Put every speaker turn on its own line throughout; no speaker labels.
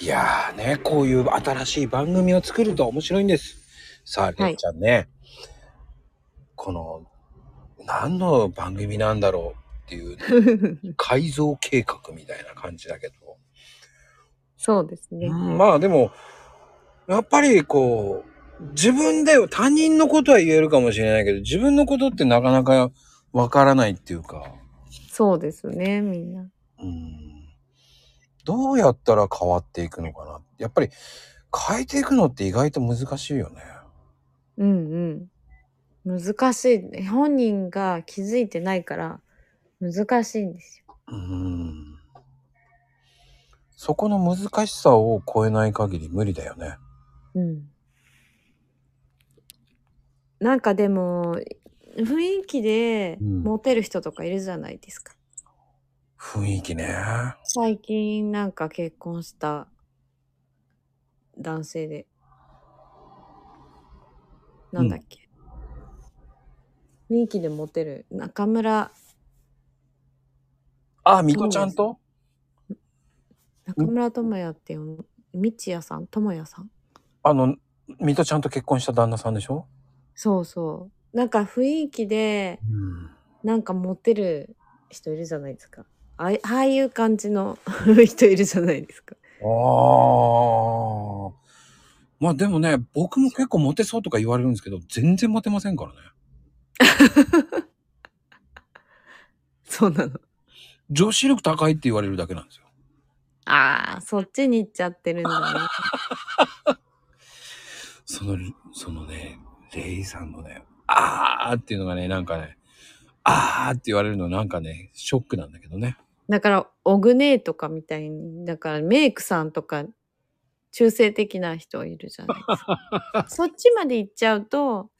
いやーね、こういう新しい番組を作ると面白いんです。さあ、
い
りっちゃんね、この、何の番組なんだろうっていう、 改造計画みたいな感じだけど。
そうですね
う。ん、まあでも、やっぱりこう、自分で、他人のことは言えるかもしれないけど、自分のことってなかなかわからないっていうか、
そうですね、みんな。
うん、どうやったら変わっていくのかな。やっぱり変えていくのって意外と難しいよね。
うんうん。難しい。本人が気づいてないから難しいんですよ。
うん。そこの難しさを超えない限り無理だよね。
うん。なんかでも、雰囲気で
うん
モテる人とかいるじゃないですか。
雰囲気ね。
最近なんか結婚した男性で。なんだっけ。雰囲気でモテる中村
あ、ミコちゃんと
中村智也っていうの道也さん智也さん
あの、ミトちゃんと結婚した旦那さんでしょ
そうそうなんか雰囲気で
うん。
なんかモテる人いるじゃないですかあいああいう感じの人いるじゃないですか
ああ。まあでもね、僕も結構モテそうとか言われるんですけど、全然モテませんからね。
そうなの
女子力高いって言われるだけなんですよ。
ああそっちに行っちゃってるんだね
その、そのね、レイさんのね、あーっていうのがね、なんかね、あーって言われるのなんかね、ショックなんだけどね。
だからオグネーとかみたいにだからメイクさんとか中性的な人いるじゃないです かそっちまで行っちゃうと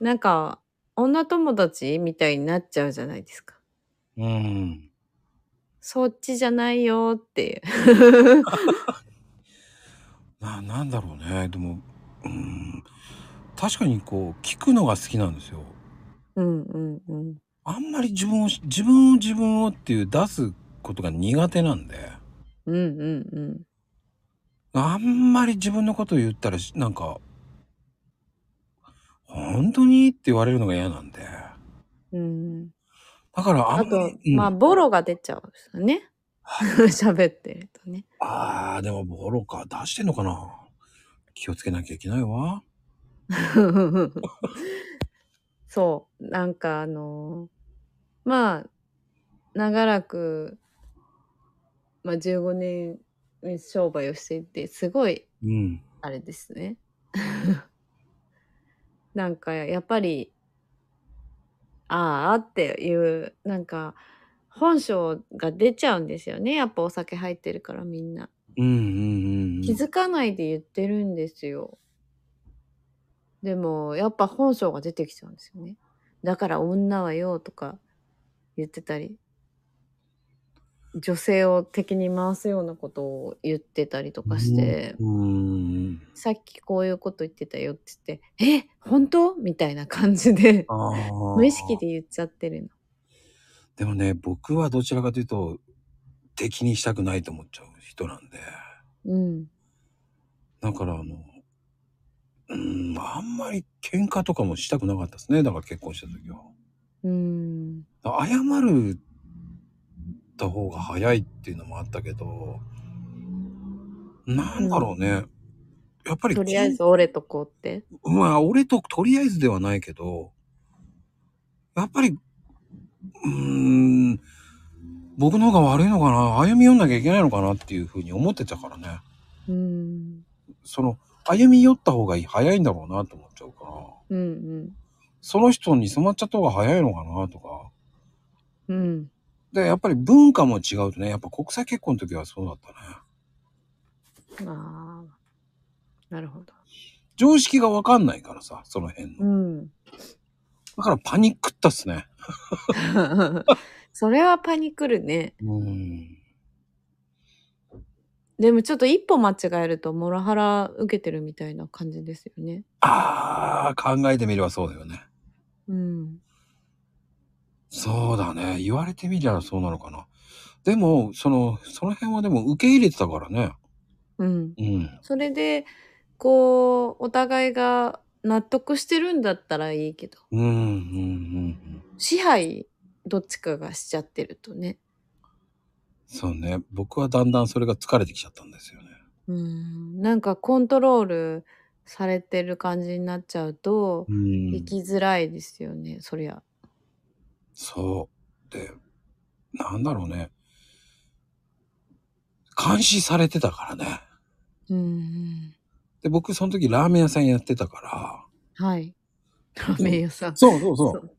なんか女友達みたいになっちゃうじゃないですか
うん。
そっちじゃないよっていう。
な、なんだろうね。でも、うん。確かにこう、聞くのが好きなんですよ。
うんうんうん。
あんまり自分を、自分を自分をっていう出すことが苦手なんで。
うんうんうん。
あんまり自分のことを言ったらし、なんか、本当にって言われるのが嫌なんで。だ
うん、
からあ
あ
んま
と、
り、うん
まあ、ボロが出ちゃうんですよね。 喋ってると ね。
あー、でもボロか、出してんのかな。気をつけなきゃいけないわ。
そう。なんか、あのーまあ、長らく、まあ、15年商売をしていて、すごい
うん。
あれですね。 なんかやっぱりああっていうなんか本性が出ちゃうんですよねやっぱお酒入ってるからみんな
うんうんうん。
気づかないで言ってるんですよ、でもやっぱ本性が出てきちゃうんですよねだから女はよとか言ってたり女性を敵に回すようなことを言ってたりとかして、
うん。
さっきこういうこと言ってたよって言って、え本当みたいな感じで、
あー
無意識。で言っちゃってるの。
でもね、僕はどちらかというと、敵にしたくないと思っちゃう人なんで。
うん。
だからあの、うん、あんまり喧嘩とかもしたくなかったですね。だから結婚した時は。
うん。
謝るた方が早いっていうのもあったけど、なんだろうね。やっぱり、
とりあえず俺とこうって。
まあ、俺ととりあえずではないけど、やっぱり、うーん、僕の方が悪いのかな、歩み寄んなきゃいけないのかなっていうふうに思ってたからね。
うん。
その、歩み寄った方が早いんだろうなと思っちゃうから。
うんうん。
その人に染まっちゃった方が早いのかなとか。
うん。
で、やっぱり文化も違うとね、やっぱ国際結婚の時はそうだったね。
ああ。なるほど。
常識がわかんないからさ、その辺の。
うん。
だからパニックったっすね。
それはパニクるね。
うん。
でもちょっと一歩間違えるとモラハラ受けてるみたいな感じですよね。
ああ、考えてみればそうだよね。
うん。
そうだね。言われてみりゃそうなのかな。でも、その、その辺はでも受け入れてたからね。
うん。
うん。
それで、こう、お互いが納得してるんだったらいいけど、
うん。うん。うん。
支配どっちかがしちゃってるとね。
そうね。僕はだんだんそれが疲れてきちゃったんですよね。
うん。なんかコントロールされてる感じになっちゃうと、
うん
生きづらいですよね、そりゃ。
そう。で、なんだろうね。監視されてたからね。
うん。
で、僕その時ラーメン屋さんやってたか
はい。ラーメン屋さん
ら。。そうそうそう。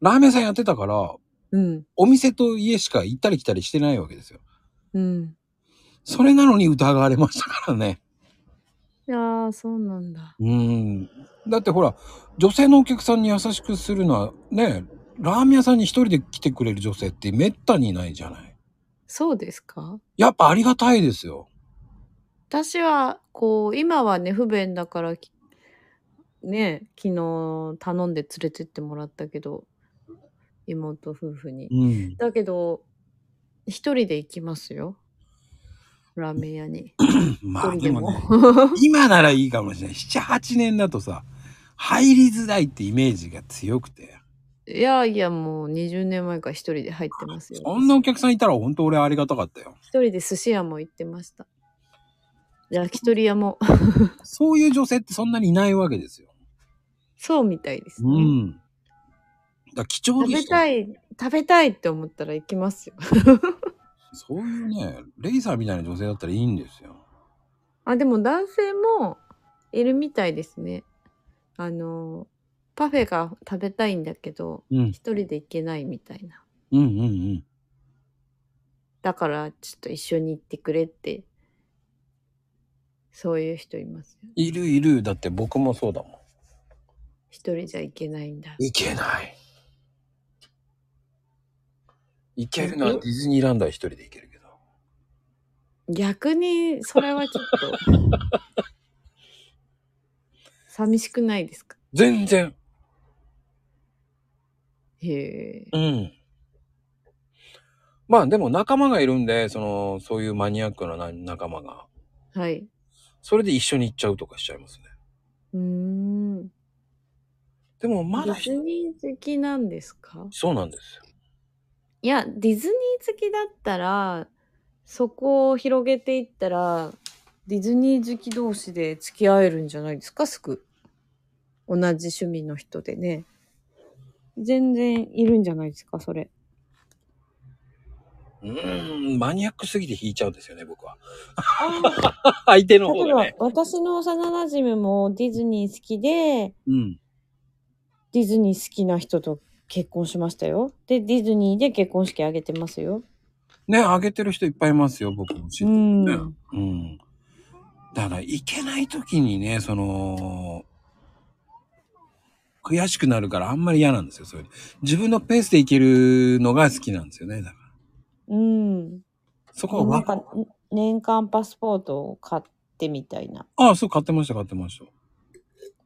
ラーメン屋さんやってたから、
うん。
お店と家しか行ったり来たりしてないわけですよ。
うん。
それなのに疑われましたからね。
いやー、そうなんだ。
うん。だってほら、女性のお客さんに優しくするのはね、ラーメン屋さんに一人で来てくれる女性ってめったにいないじゃない。
そうですか
やっぱありがたいですよ。
私は、こう、今はね、不便だから、きね、昨日頼んで連れてってもらったけど、妹夫婦に。
うん。
だけど、一人で行きますよ。ラーメン屋に。
ま
一
あ
人
で
で
も
も。
ね、今ならいいかもしれない。7、8年だとさ、入りづらいってイメージが強くて。
いやいや、もう20年前から一人で入ってますよ。
そんなお客さんいたら本当俺ありがたかったよ。
一人で寿司屋も行ってました。焼き鳥屋も。
そういう女性ってそんなにいないわけですよ。
そうみたいですね。
うん。だから貴重
食
で
べ
したよ
たい、食べたいって思ったら行きますよ。
そういうね、レイさんみたいな女性だったらいいんですよ。
あ、でも男性もいるみたいですね。あの、パフェが食べたいんだけど、
うん。
一人で行けないみたいな。
うんうんうん。
だから、ちょっと一緒に行ってくれって、そういう人いますよ。
いるいる。だって僕もそうだも
一人じゃ行けないんだ
ん。。いけない。いけるのはディズニーランドは一人で行けるけど。
逆に、それはちょっと、 寂しくないですか
全然。
へえ。
うん。まあでも仲間がいるんで、その、そういうマニアックなな仲間が。
はい。
それで一緒に行っちゃうとかしちゃいますね。
うーん。
でもま
デ
だ
ィズニー好きなんですか
そうなんですよ。
いや、ディズニー好きだったら、そこを広げていったら、ディズニー好き同士で付き合えるんじゃないですか、すぐ。同じ趣味の人でね。全然いるんじゃないですか、そ れ。
うーん、マニアックすぎて引いちゃうんですよね、僕は。
あ
相手の
あ、
方
例え
が
ば
ね。、
私の幼馴染もディズニー好きで、
うん。
ディズニー好きな人と結婚しましたよ。で、ディズニーで結婚式あげてますよ。
ね、あげてる人いっぱいいますよ、僕も知
う
ってる
ん。
ね。うん。だから、いけない時にね、その、悔しくなるからあんまり嫌なんですよ、それ。自分のペースでいけるのが好きなんですよね、だか
うん。
ら。そこは
な
わ
ん、か、年間パスポートを買ってみたいな。
ああ、そう、買ってました、買ってました。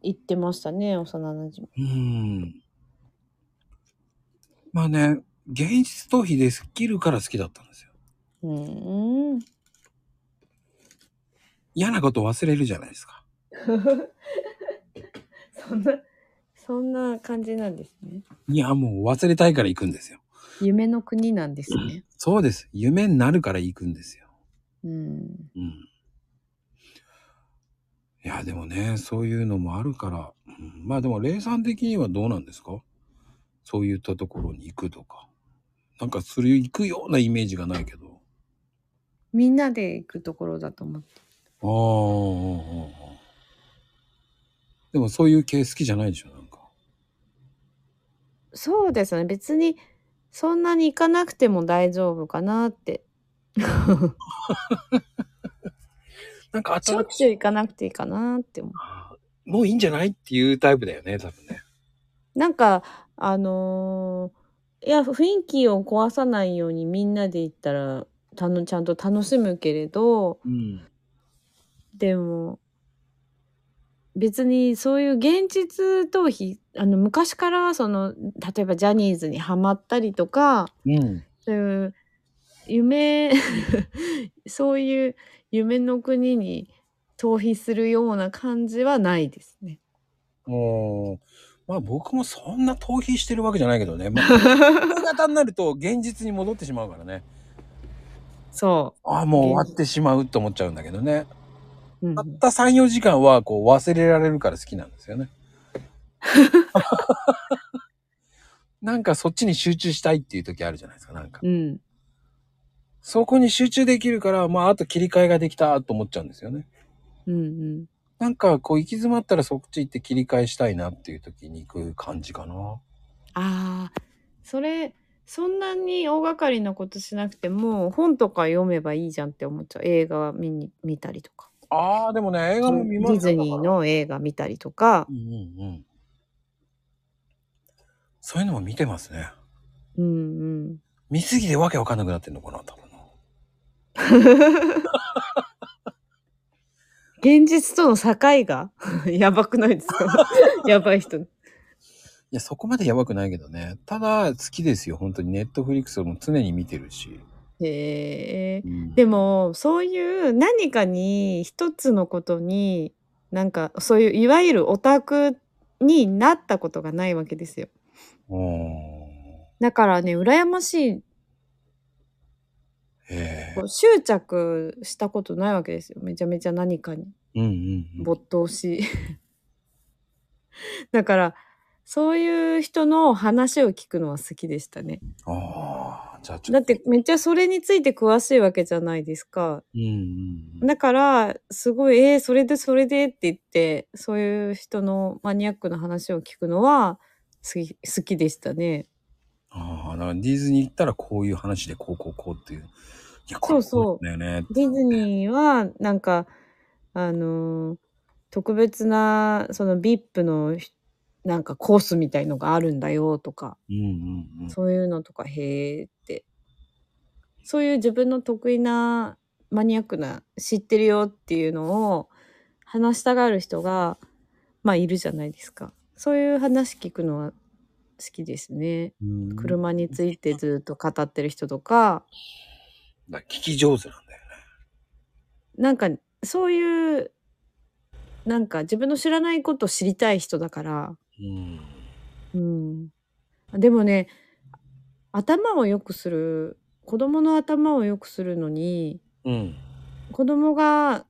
言ってましたね、幼なじみ。
うん。まあね、現実逃避でスキルから好きだったんですよ。
うーん。
嫌なこと忘れるじゃないですか。
そんな、そんな感じなんですね。
いや、もう忘れたいから行くんですよ。
夢の国なんですね。
そうです。夢になるから行くんですよ。
うん。
うんいや、でもね、そういうのもあるから、うんまあでも、霊さん的にはどうなんですかそういったところに行くとか。なんか、それ行くようなイメージがないけど。
みんなで行くところだと思って。
ああ、でもそういう系好きじゃないでしょ、なんか。
そうですね。別に、そんなに行かなくても大丈夫かなって。
なんか、あ
しょっちゅう行かなくていいかなって思
もういいんじゃないっていうタイプだよね、多分ね。
う。なんか、あのーいや、雰囲気を壊さないようにみんなで行ったら、たのちゃんと楽しむけれど、
うん。
でも別にそういう現実逃避あの昔からその例えばジャニーズにハマったりとか
うん。
そういう夢そういう夢の国に逃避するような感じはないですね。
もう、まあ僕もそんな逃避してるわけじゃないけど ね。まあ、夕方になると現実に戻ってしまうからね。
そ
ああ、もう終わってしまうと思っちゃうんだけどね。
う。うん
たった3、4時間はこう忘れられるから好きなんですよね。 なんかそっちに集中したいっていう時あるじゃないですか、なんか。
うん。
そこに集中できるから、まああと切り替えができたと思っちゃうんですよね。
うんうん。
なんかこう行き詰まったらそっち行って切り替えしたいなっていう時に行く感じかな。
ああ、それ、そんなに大掛かりなことしなくても、本とか読めばいいじゃんって思っちゃう。映画見に、見たりとか。
ああ、でもね、映
デ
画も見ます
ィズニー。の映画見たりとか
う、んうんうん。そういうのも見てますね。
うんうん。
見すぎてわけわかんなくなってんのかな、多分。
現実との境が やばくないですか やばい人。
いや、そこまでやばくないけどね。ただ、好きですよ。本当に。ネットフリックスも常に見てるし。
へえ。
うん
でもそういう何かに一つのことになんかそういういわゆるオタクになったことがないわけですよ。
う
だからね羨ましい
ーん。へえ
こ。う執着したことないわけですよめちゃめちゃ何かに
うんうんうん。
没頭し。 だからそういう人の話を聞くのは好きでしたね。
ああ、じゃあちょっと。
だって、めっちゃそれについて詳しいわけじゃないですか。
うんうんうん。
だから、すごい、えーそれでそれでって言って、そういう人のマニアックな話を聞くのは、好き、好きでしたね。
ああ、だからディズニー行ったらこういう話でこうこうこうっていう。いや、こ
そうそう
だよね。
ディズニーは、なんか、あのー特別な、その VIP の、なんかコースみたいのがあるんだよとか、
うんうんうん。
そういうのとか、へーって。そういう自分の得意な、マニアックな、知ってるよっていうのを話したがる人が、まあいるじゃないですか。そういう話聞くのは好きですね。
うん
車についてずっと語ってる人とか、
だから聞き上手なんだよね。
なんかそういう、なんか自分の知らないことを知りたい人だから、
うん。
うん。でもね、頭を良くする、子供の頭を良くするのに、
うん。
子供が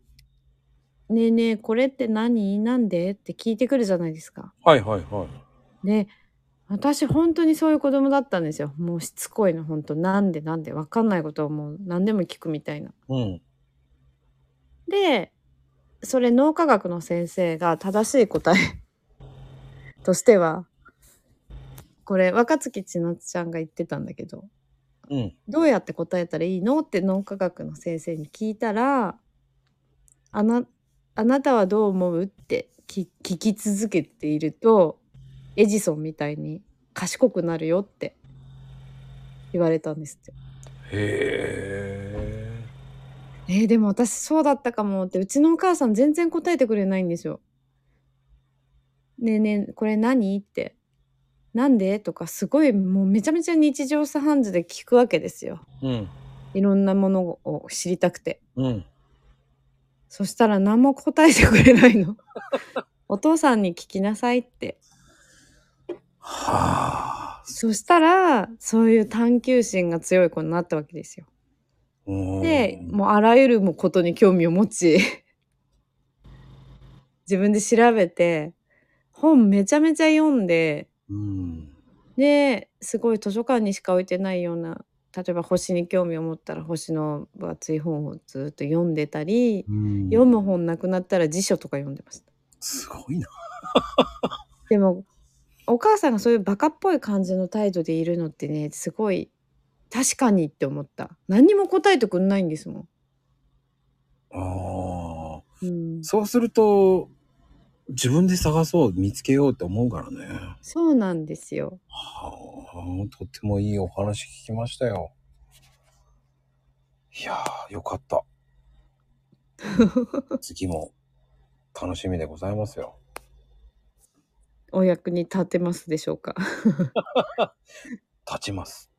「ねえねえこれって何なんで?」って聞いてくるじゃないですか。
はいはいはい。
で私本当にそういう子供だったんですよ。もうしつこいの本当なんでなんで分かんないことをもう何でも聞くみたいな。
うん。
でそれ脳科学の先生が正しい答え としてはこれ若槻千夏ちゃんが言ってたんだけど
うん。
どうやって答えたらいいのって脳科学の先生に聞いたら「あなあなたはどう思う?」って聞聞き続けているとエジソンみたいに賢くなるよって言われたんですって。
へえ。
えーでも私そうだったかもってうちのお母さん全然答えてくれないんですよ。ねえねえこれ何って。なんでとかすごいもうめちゃめちゃ日常茶飯事で聞くわけですよ。
うん。
いろんなものを知りたくて。
うん。
そしたら何も答えてくれないの。 お父さんに聞きなさいって。
はあ。
そしたら、そういう探求心が強い子になったわけですよ。で、
で
もうあらゆることに興味を持ち、 自分で調べて、本めちゃめちゃ読んで、
うん。
で、すごい図書館にしか置いてないような、例えば星に興味を持ったら星の分厚い本をずっと読んでたり、
うん
読む本なくなったら辞書とか読んでました。
すごいな。
でもお母さんがそういうバカっぽい感じの態度でいるのってねすごい確かにって思った何にも答えてくんないんですも
ああ。
ん、うん、
そうすると、自分で探そう、見つけようって思うからね。
そうなんですよ
はあ、とてもいいお話聞きましたよ。いやー、よかった。次も楽しみでございますよ。
お役に立てますでしょうか
立ちます。